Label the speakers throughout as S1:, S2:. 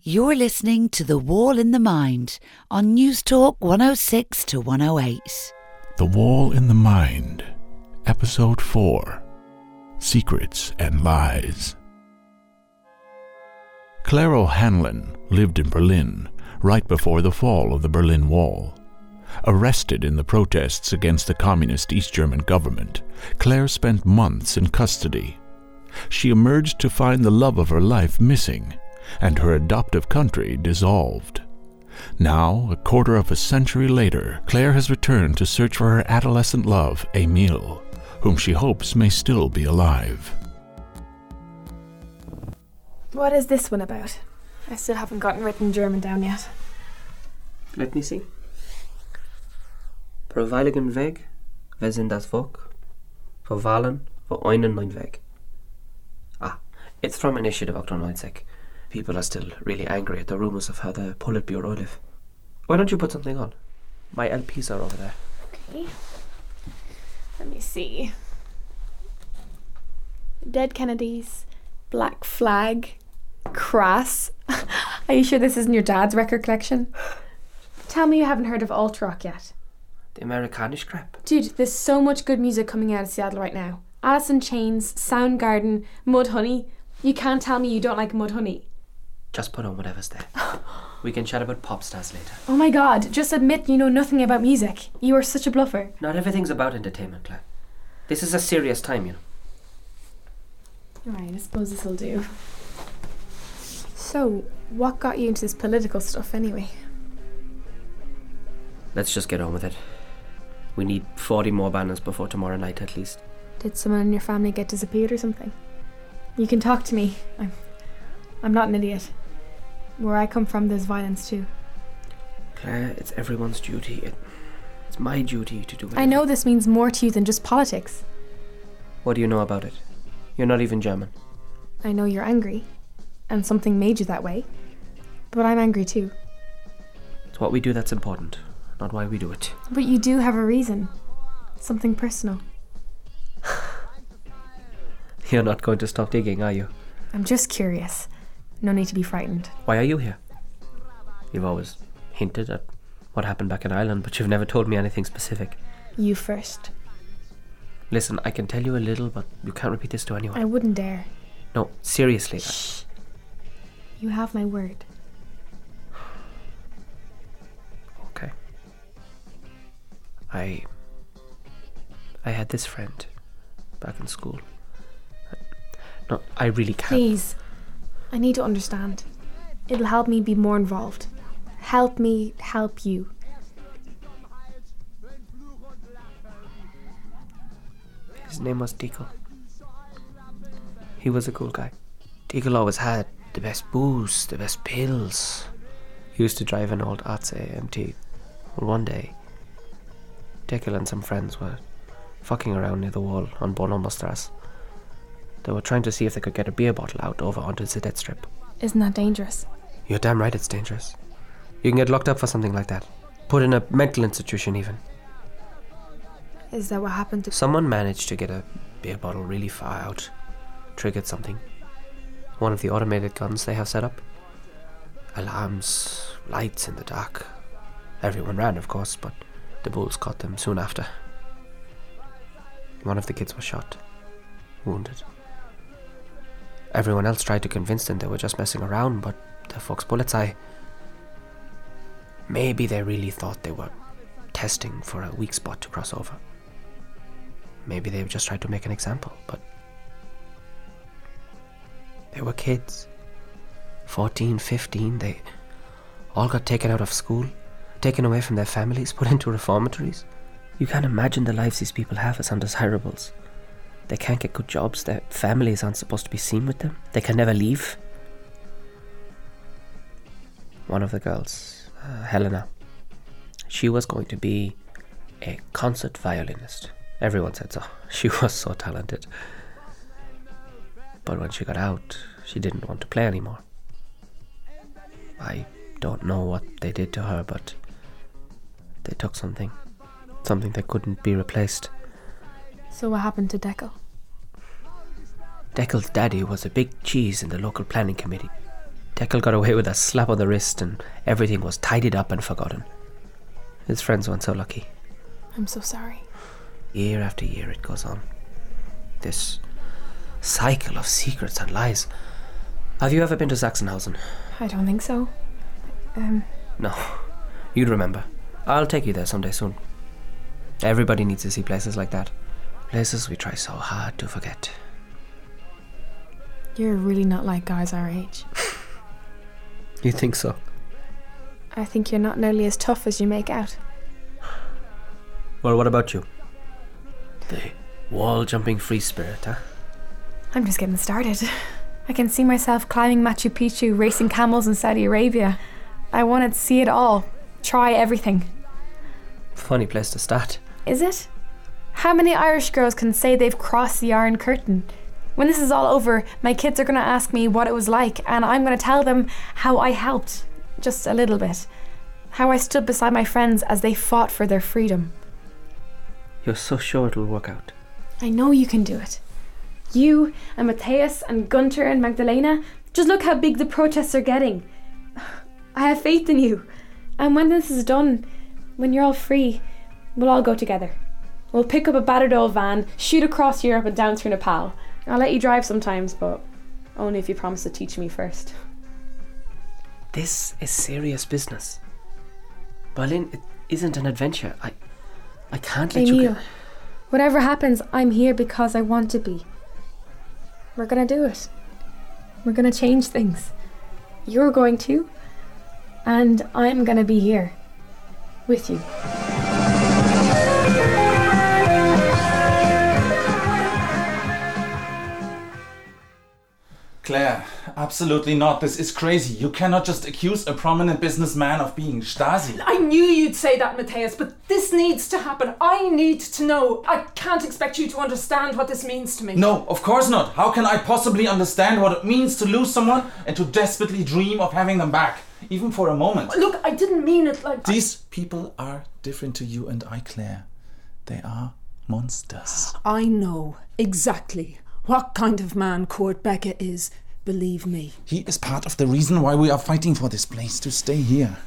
S1: You're listening to The Wall in the Mind on News Talk 106 to 108.
S2: The Wall in the Mind, Episode 4 Secrets and Lies. Clara Hanlon lived in Berlin right before the fall of the Berlin Wall. Arrested in the protests against the communist East German government, Claire spent months in custody. She emerged to find the love of her life missing and her adoptive country dissolved. Now, a quarter of a century later, Claire has returned to search for her adolescent love, Emile, whom she hopes may still be alive.
S3: What is this one about? I still haven't gotten written German down yet.
S4: Let me see. På weiligen Weg, wir sind das Volk. Vor Wahlen, vor einen neuen Weg. Ah, it's from Initiative 98. People are still really angry at the rumors of how the Politburo live. Why don't you put something on? My LPs are over there.
S3: Okay. Let me see. Dead Kennedys, Black Flag, Crass. Are you sure this isn't your dad's record collection? Tell me you haven't heard of alt rock yet.
S4: The Americanish crap.
S3: Dude, there's so much good music coming out of Seattle right now. Alice in Chains, Soundgarden, Mudhoney. You can't tell me you don't like Mudhoney.
S4: Just put on whatever's there. we can chat about pop stars later.
S3: Oh my god, just admit you know nothing about music. You are such a bluffer.
S4: Not everything's about entertainment, Claire. This is a serious time, you know.
S3: Alright, I suppose this'll do. So, what got you into this political stuff anyway?
S4: Let's just get on with it. We need 40 more banners before tomorrow night at least.
S3: Did someone in your family get disappeared or something? You can talk to me. I'm, I'm not an idiot. Where I come from, there's violence too.
S4: Claire, it's everyone's duty. It, it's my duty to do it.
S3: I know this means more to you than just politics.
S4: What do you know about it? You're not even German.
S3: I know you're angry, and something made you that way. But I'm angry too.
S4: It's what we do that's important, not why we do it.
S3: But you do have a reason. Something personal.
S4: You're not going to stop digging, are you?
S3: I'm just curious. No need to be frightened.
S4: Why are you here? You've always hinted at what happened back in Ireland, but you've never told me anything specific.
S3: You first.
S4: Listen, I can tell you a little, but you can't repeat this to anyone.
S3: I wouldn't dare.
S4: No, seriously. Claire.
S3: Shh. You have my word.
S4: Okay. I. I had this friend back in school. No, I really can't.
S3: Please. I need to understand. It'll help me be more involved. Help me help you.
S4: His name was Deagle. He was a cool guy. Deagle always had the best booze, the best pills. He used to drive an old Atze MT. Well, one day, Deagle and some friends were fucking around near the wall on Bonomostrasse. They were trying to see if they could get a beer bottle out over onto the dead strip.
S3: Isn't that dangerous?
S4: You're damn right it's dangerous. You can get locked up for something like that. Put in a mental institution, even.
S3: Is that what happened to
S4: Someone managed to get a beer bottle really far out, triggered something. One of the automated guns they have set up. Alarms, lights in the dark. Everyone ran, of course, but the bulls caught them soon after. One of the kids was shot, wounded. Everyone else tried to convince them they were just messing around, but the Fox Polizei. Maybe they really thought they were testing for a weak spot to cross over. Maybe they just tried to make an example, but they were kids. 14, 15, they all got taken out of school, taken away from their families, put into reformatories. You can't imagine the lives these people have as undesirables. They can't get good jobs, their families aren't supposed to be seen with them, they can never leave. One of the girls, uh, Helena, she was going to be a concert violinist. Everyone said so. She was so talented. But when she got out, she didn't want to play anymore. I don't know what they did to her, but they took something. Something that couldn't be replaced.
S3: So what happened to Deco?
S4: Deckel's daddy was a big cheese in the local planning committee. Deckel got away with a slap on the wrist, and everything was tidied up and forgotten. His friends weren't so lucky.
S3: I'm so sorry.
S4: Year after year, it goes on. This cycle of secrets and lies. Have you ever been to Sachsenhausen?
S3: I don't think so. Um,
S4: No. You'd remember. I'll take you there someday soon. Everybody needs to see places like that. Places we try so hard to forget.
S3: you're really not like guys our age.
S4: You think so?
S3: I think you're not nearly as tough as you make out.
S4: Well, what about you? The wall jumping free spirit, huh?
S3: I'm just getting started. I can see myself climbing Machu Picchu, racing camels in Saudi Arabia. I want to see it all, try everything.
S4: Funny place to start.
S3: Is it? How many Irish girls can say they've crossed the Iron Curtain? When this is all over, my kids are going to ask me what it was like, and I'm going to tell them how I helped, just a little bit. How I stood beside my friends as they fought for their freedom.
S4: You're so sure it'll work out.
S3: I know you can do it. You and Matthias and Gunter and Magdalena, just look how big the protests are getting. I have faith in you. And when this is done, when you're all free, we'll all go together. We'll pick up a battered old van, shoot across Europe and down through Nepal. I'll let you drive sometimes, but only if you promise to teach me first.
S4: This is serious business. Berlin it isn't an adventure. I I can't let you
S3: Emil,
S4: go.
S3: whatever happens, I'm here because I want to be. We're gonna do it. We're gonna change things. You're going to, and I'm gonna be here with you.
S5: Claire, absolutely not. This is crazy. You cannot just accuse a prominent businessman of being Stasi.
S6: I knew you'd say that, Matthias, but this needs to happen. I need to know. I can't expect you to understand what this means to me.
S5: No, of course not. How can I possibly understand what it means to lose someone and to desperately dream of having them back, even for a moment?
S6: Look, I didn't mean it like
S5: These people are different to you and I, Claire. They are monsters.
S6: I know exactly what kind of man Court Becker is, believe me.
S5: He is part of the reason why we are fighting for this place to stay here.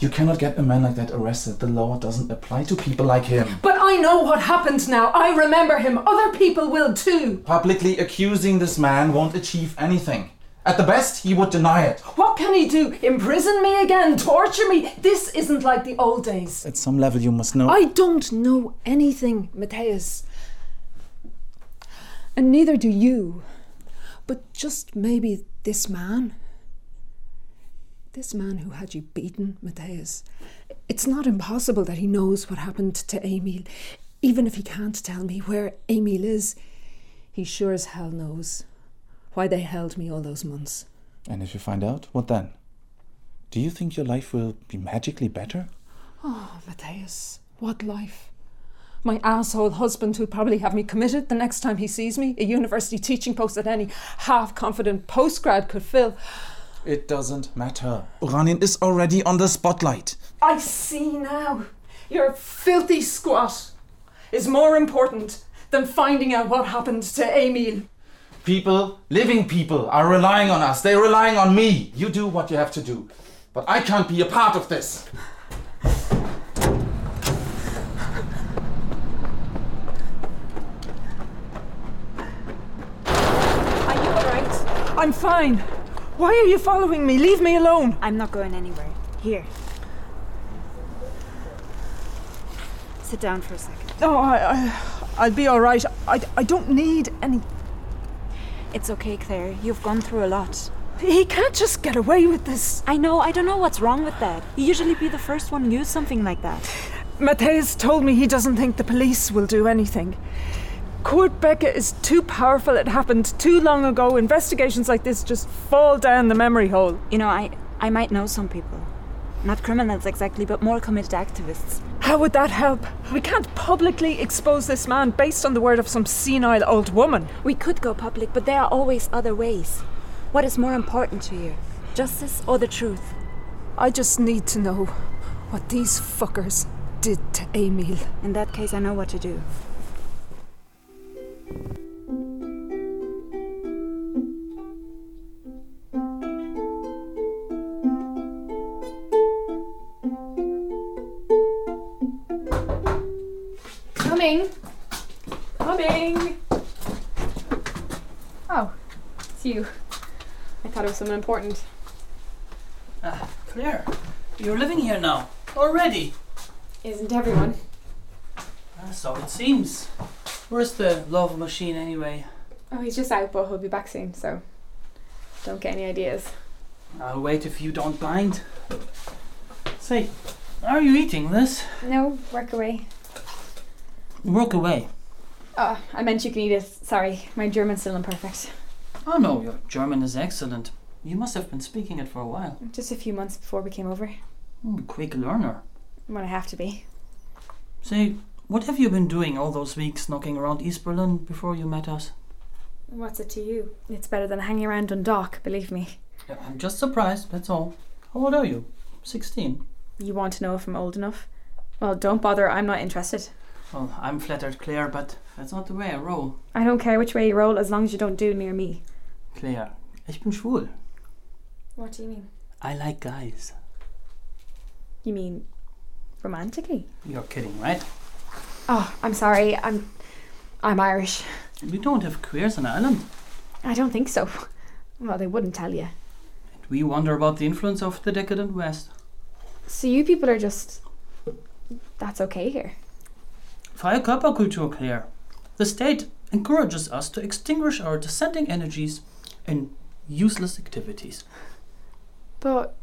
S5: You cannot get a man like that arrested. The law doesn't apply to people like him.
S6: But I know what happened now. I remember him. Other people will too.
S5: Publicly accusing this man won't achieve anything. At the best, he would deny it.
S6: What can he do? Imprison me again? Torture me? This isn't like the old days.
S5: At some level, you must know.
S6: I don't know anything, Matthias. And neither do you. But just maybe this man. This man who had you beaten, Matthias. It's not impossible that he knows what happened to Emil. Even if he can't tell me where Emil is, he sure as hell knows why they held me all those months.
S5: And if you find out, what then? Do you think your life will be magically better?
S6: Oh, Matthias, what life. My asshole husband who'll probably have me committed the next time he sees me, a university teaching post that any half confident postgrad could fill.
S5: It doesn't matter. Uranin is already on the spotlight.
S6: I see now. Your filthy squat is more important than finding out what happened to Emil.
S5: People, living people, are relying on us. They're relying on me. You do what you have to do. But I can't be a part of this.
S7: Are you alright?
S8: I'm fine. Why are you following me? Leave me alone.
S7: I'm not going anywhere. Here. Sit down for a second.
S8: No, I, I, I'll be all right. I, I don't need any.
S7: It's okay, Claire. You've gone through a lot.
S8: He can't just get away with this.
S7: I know, I don't know what's wrong with that. You usually be the first one who knew something like that.
S8: Matthias told me he doesn't think the police will do anything. Kurt Becker is too powerful. It happened too long ago. Investigations like this just fall down the memory hole.
S7: You know, I, I might know some people. Not criminals exactly, but more committed activists.
S8: How would that help? We can't publicly expose this man based on the word of some senile old woman.
S7: We could go public, but there are always other ways. What is more important to you? Justice or the truth?
S8: I just need to know what these fuckers did to Emil.
S7: In that case, I know what to do.
S3: Coming. Coming. Oh, it's you. I thought it was someone important.
S9: Ah, Claire, you're living here now. Already.
S3: Isn't everyone?
S9: Ah, So it seems. Where's the love machine anyway?
S3: Oh, he's just out, but he'll be back soon, so don't get any ideas.
S9: I'll wait if you don't mind. Say, are you eating this?
S3: No, work away.
S9: Work away.
S3: Oh, I meant you can eat it. Sorry, my German's still imperfect.
S9: Oh no, your German is excellent. You must have been speaking it for a while.
S3: Just a few months before we came over,
S9: Mm, quick learner.
S3: when I have to be.
S9: Say, what have you been doing all those weeks knocking around East Berlin before you met us?
S3: What's it to you? It's better than hanging around Dundalk, believe me.
S9: Yeah, I'm just surprised, that's all. How old are you? 16.
S3: You want to know if I'm old enough? Well, don't bother, I'm not interested.
S9: Well, I'm flattered, Claire, but that's not the way I roll.
S3: I don't care which way you roll as long as you don't do near me.
S9: Claire, ich bin schwul.
S3: What do you mean?
S9: I like guys.
S3: You mean romantically?
S9: You're kidding, right?
S3: Oh, I'm sorry. I'm I'm Irish.
S9: We don't have queers on Ireland.
S3: I don't think so. Well, they wouldn't tell you.
S9: And we wonder about the influence of the decadent West.
S3: So you people are just that's okay here.
S9: Freie Körperkultur, Claire. The state encourages us to extinguish our dissenting energies in useless activities.
S3: But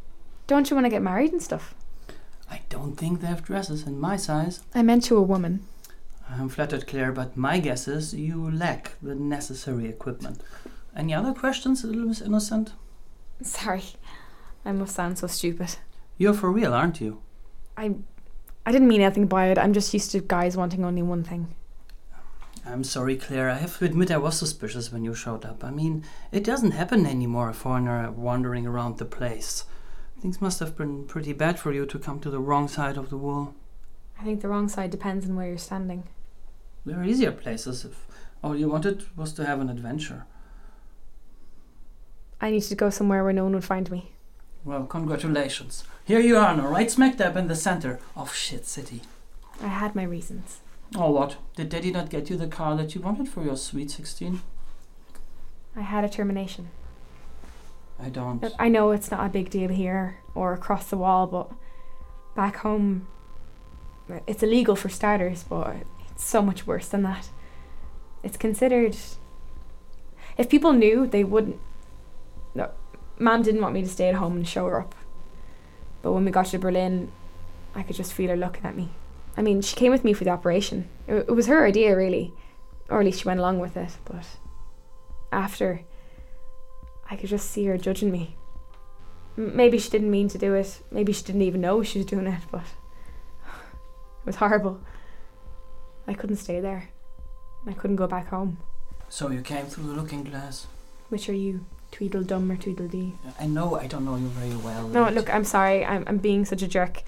S3: don't you want to get married and stuff?
S9: I don't think they have dresses in my size.
S3: I meant to a woman.
S9: I'm flattered, Claire, but my guess is you lack the necessary equipment. Any other questions, little Miss Innocent?
S3: Sorry. I must sound so stupid.
S9: You're for real, aren't you?
S3: I I didn't mean anything by it. I'm just used to guys wanting only one thing.
S9: I'm sorry, Claire. I have to admit I was suspicious when you showed up. I mean, it doesn't happen anymore, a foreigner wandering around the place. Things must have been pretty bad for you to come to the wrong side of the wall.
S3: I think the wrong side depends on where you're standing.
S9: There are easier places if all you wanted was to have an adventure.
S3: I need to go somewhere where no one would find me.
S9: Well, congratulations. Here you are now, right smack dab in the center of shit city.
S3: I had my reasons.
S9: Oh, what? Did daddy not get you the car that you wanted for your sweet 16?
S3: I had a termination.
S9: I don't.
S3: But I know it's not a big deal here or across the wall, but back home, it's illegal for starters, but it's so much worse than that. It's considered. If people knew, they wouldn't. No, Mom didn't want me to stay at home and show her up. But when we got to Berlin, I could just feel her looking at me. I mean, she came with me for the operation. It, it was her idea, really. Or at least she went along with it, but after. I could just see her judging me. M- Maybe she didn't mean to do it. Maybe she didn't even know she was doing it, but it was horrible. I couldn't stay there. I couldn't go back home.
S9: So you came through the looking glass.
S3: Which are you, Tweedledum or Tweedledee?
S9: I know I don't know you very well.
S3: No,
S9: but-
S3: look, I'm sorry. I'm, I'm being such a jerk.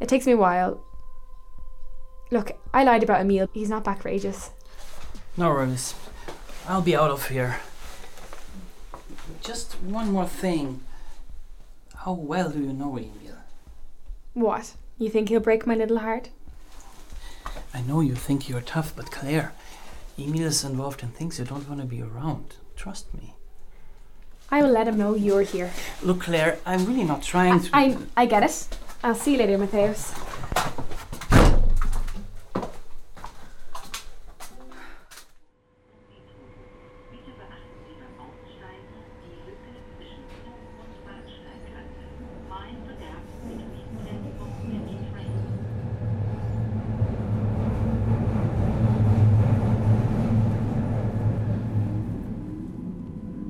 S3: It takes me a while. Look, I lied about Emil. He's not back for ages.
S9: No worries. I'll be out of here. Just one more thing. How well do you know Emil?
S3: What? You think he'll break my little heart?
S9: I know you think you're tough, but Claire, Emil is involved in things you don't want to be around. Trust me.
S3: I will let him know you're here.
S9: Look, Claire, I'm really not trying
S3: I,
S9: to.
S3: I, I get it. I'll see you later, Matthias.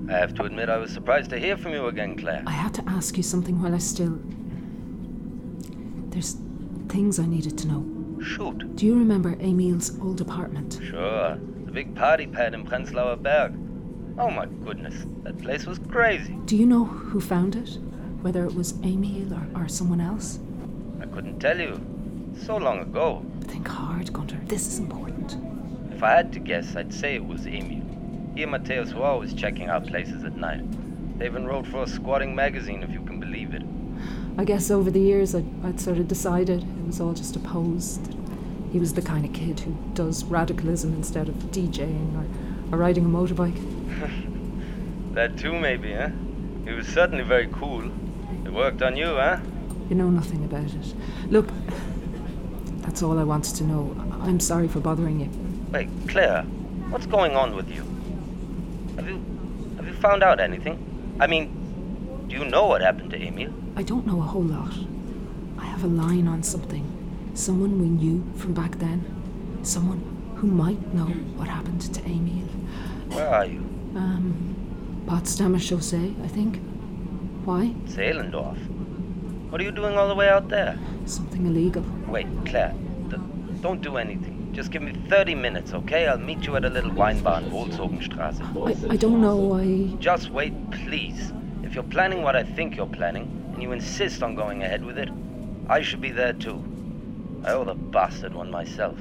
S10: I have to admit I was surprised to hear from you again, Claire.
S6: I had to ask you something while I still. There's things I needed to know.
S10: Shoot.
S6: Do you remember Emil's old apartment?
S10: Sure. The big party pad in Prenzlauer Berg. Oh my goodness. That place was crazy.
S6: Do you know who found it? Whether it was Emil or, or someone else?
S10: I couldn't tell you. So long ago.
S6: Think hard, Gunter. This is important.
S10: If I had to guess, I'd say it was Emil. He and Mateus were always checking out places at night. They even wrote for a squatting magazine, if you can believe it.
S6: I guess over the years I'd, I'd sort of decided it was all just a pose. That
S11: He was the kind of kid who does radicalism instead of DJing or, or riding a motorbike.
S10: That too, maybe, huh? It was certainly very cool. It worked on you, huh?
S11: You know nothing about it. Look, that's all I wanted to know. I- I'm sorry for bothering you.
S10: Wait, Claire, what's going on with you? Have you have you found out anything? I mean, do you know what happened to Emil?
S11: I don't know a whole lot. I have a line on something. Someone we knew from back then. Someone who might know what happened to Emil.
S10: Where are you?
S11: Um, Potsdamer Chaussee, I think. Why?
S10: Zehlendorf. What are you doing all the way out there?
S11: Something illegal.
S10: Wait, Claire, th- don't do anything. Just give me 30 minutes, okay? I'll meet you at a little wine bar in Wolzogenstraße.
S11: I, I don't know. I.
S10: Just wait, please. If you're planning what I think you're planning, and you insist on going ahead with it, I should be there too. I owe the bastard one myself.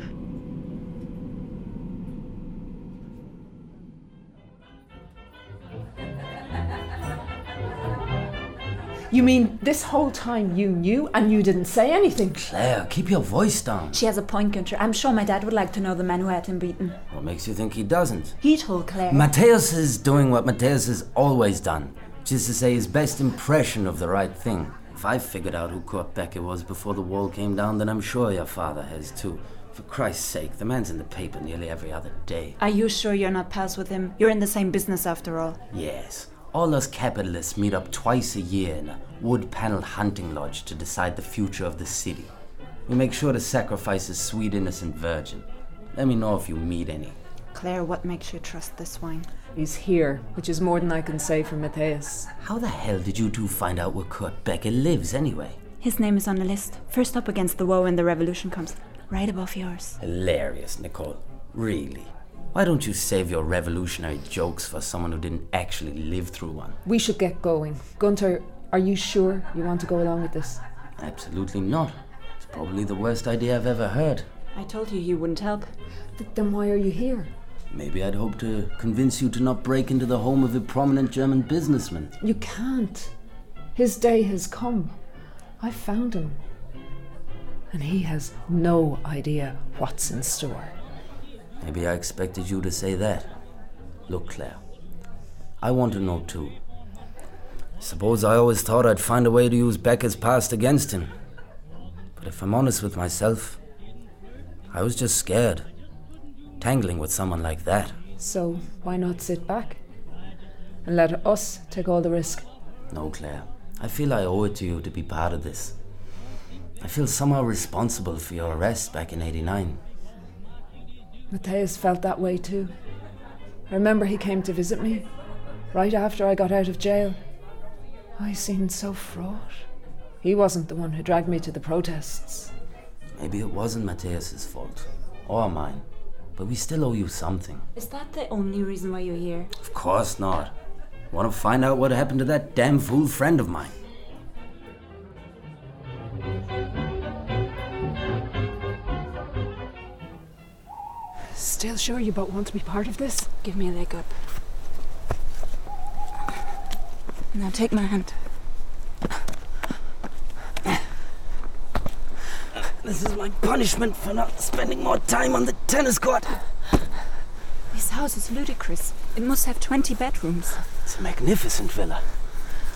S12: You mean this whole time you knew and you didn't say anything?
S13: Claire, keep your voice down.
S7: She has a point, Gunther. I'm sure my dad would like to know the man who had him beaten.
S13: What makes you think he doesn't?
S7: He told Claire.
S13: Mateus is doing what Mateus has always done, which is to say his best impression of the right thing. If I figured out who Kurt Becker was before the wall came down, then I'm sure your father has too. For Christ's sake, the man's in the paper nearly every other day.
S7: Are you sure you're not pals with him? You're in the same business after all.
S13: Yes. All us capitalists meet up twice a year in a wood paneled hunting lodge to decide the future of the city. We make sure to sacrifice a sweet innocent virgin. Let me know if you meet any.
S7: Claire, what makes you trust this wine?
S12: He's here, which is more than I can say for Matthias.
S13: How the hell did you two find out where Kurt Becker lives anyway?
S7: His name is on the list. First up against the war when the revolution comes. Right above yours.
S13: Hilarious, Nicole. Really. Why don't you save your revolutionary jokes for someone who didn't actually live through one?
S6: We should get going. Gunther, are you sure you want to go along with this?
S13: Absolutely not. It's probably the worst idea I've ever heard.
S7: I told you you wouldn't help.
S6: then why are you here?
S13: Maybe I'd hoped to convince you to not break into the home of a prominent German businessman.
S6: You can't. His day has come. I found him. And he has no idea what's in store.
S13: Maybe I expected you to say that. Look, Claire, I want to know too. Suppose I always thought I'd find a way to use Becker's past against him. But if I'm honest with myself, I was just scared. Tangling with someone like that.
S6: So why not sit back and let us take all the risk?
S13: No, Claire. I feel I owe it to you to be part of this. I feel somehow responsible for your arrest back in 89.
S6: Matthias felt that way too. I remember he came to visit me right after I got out of jail. I seemed so fraught. He wasn't the one who dragged me to the protests.
S13: Maybe it wasn't Matthias's fault, or mine, but we still owe you something.
S7: Is that the only reason why you're here?
S13: Of course not. Want to find out what happened to that damn fool friend of mine?
S6: Still sure you both want to be part of this?
S7: Give me a leg up. Now take my hand.
S13: This is my punishment for not spending more time on the tennis court.
S7: This house is ludicrous. It must have 20 bedrooms.
S13: It's a magnificent villa.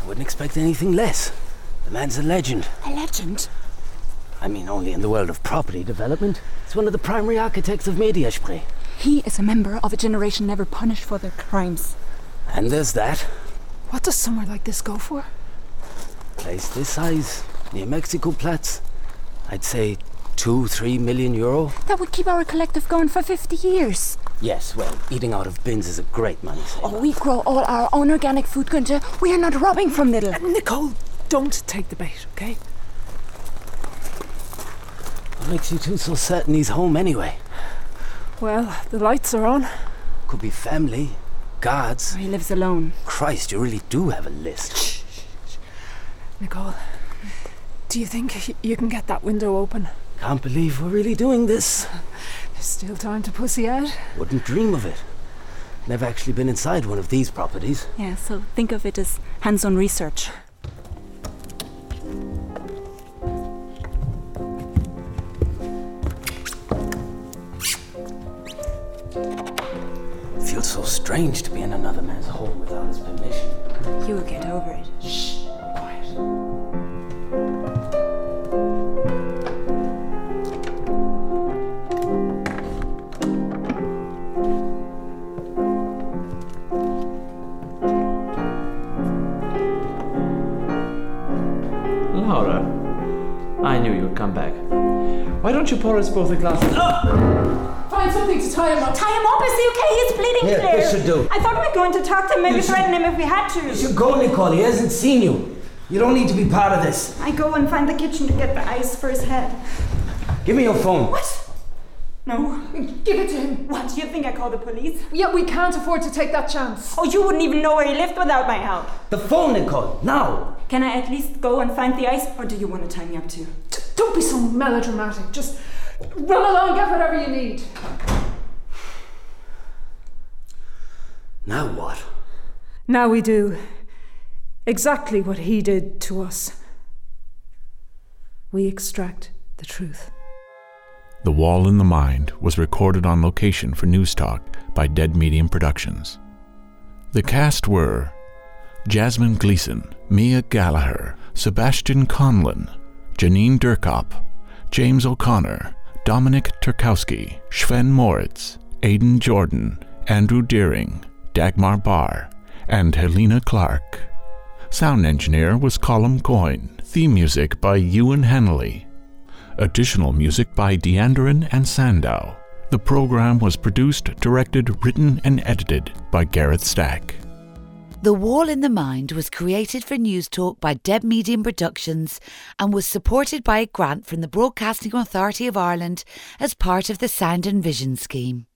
S13: I wouldn't expect anything less. The man's a legend.
S7: A legend?
S13: I mean, only in the world of property development. He's one of the primary architects of Mediaspray.
S7: He is a member of a generation never punished for their crimes.
S13: And there's that.
S6: What does somewhere like this go for?
S13: Place this size, near Mexico Platz. I'd say two, three million euro.
S7: That would keep our collective going for 50 years.
S13: Yes, well, eating out of bins is a great money saver.
S7: Oh, we grow all our own organic food, Günther. We are not robbing from little.
S6: Nicole, don't take the bait, okay?
S13: What makes you two so certain he's home anyway?
S6: Well, the lights are on.
S13: Could be family, guards.
S7: he lives alone.
S13: Christ, you really do have a list.
S6: Nicole, do you think y- you can get that window open?
S13: Can't believe we're really doing this.
S6: There's still time to pussy out.
S13: Wouldn't dream of it. Never actually been inside one of these properties.
S7: Yeah, so think of it as hands on research.
S13: strange to be in another man's home without his permission.
S14: You will get over it. Shh.
S15: Laura, I knew you'd come back. Why don't you pour us both a glass?
S7: Find something to tie him up. Tie him up? Is he okay? He's bleeding,
S13: Yeah,
S7: Claire.
S13: this should do.
S7: I thought we were going to talk to him, maybe
S13: You should-
S7: threaten him if we had to.
S13: You should go, Nicole. He hasn't seen you. You don't need to be part of this.
S7: I go and find the kitchen to get the ice for his head.
S13: Give me your phone.
S7: What? No. Give it to him. What? Do you think I call the police?
S16: Yeah, we can't afford to take that chance.
S7: Oh, you wouldn't even know where he lived without my help.
S13: The phone, Nicole. Now.
S7: Can I at least go and find the ice, or do you want to tie me up too?
S16: Don't be so melodramatic. Just run along, get whatever you need.
S13: Now what?
S6: Now we do exactly what he did to us. We extract the truth.
S2: The Wall in the Mind was recorded on location for News Talk by Dead Medium Productions. The cast were Jasmine Gleason, Mia Gallagher, Sebastian Conlon, Janine Durkop, James O'Connor, Dominic Turkowski, Sven Moritz, Aidan Jordan, Andrew Deering, Dagmar Barr, and Helena Clark. Sound engineer was Colm Coyne. Theme music by Ewan Hanley. Additional music by Deanderin and Sandow. The program was produced, directed, written, and edited by Gareth Stack.
S1: The Wall in the Mind was created for News Talk by Dead Medium Productions and was supported by a grant from the Broadcasting Authority of Ireland as part of the Sound and Vision Scheme.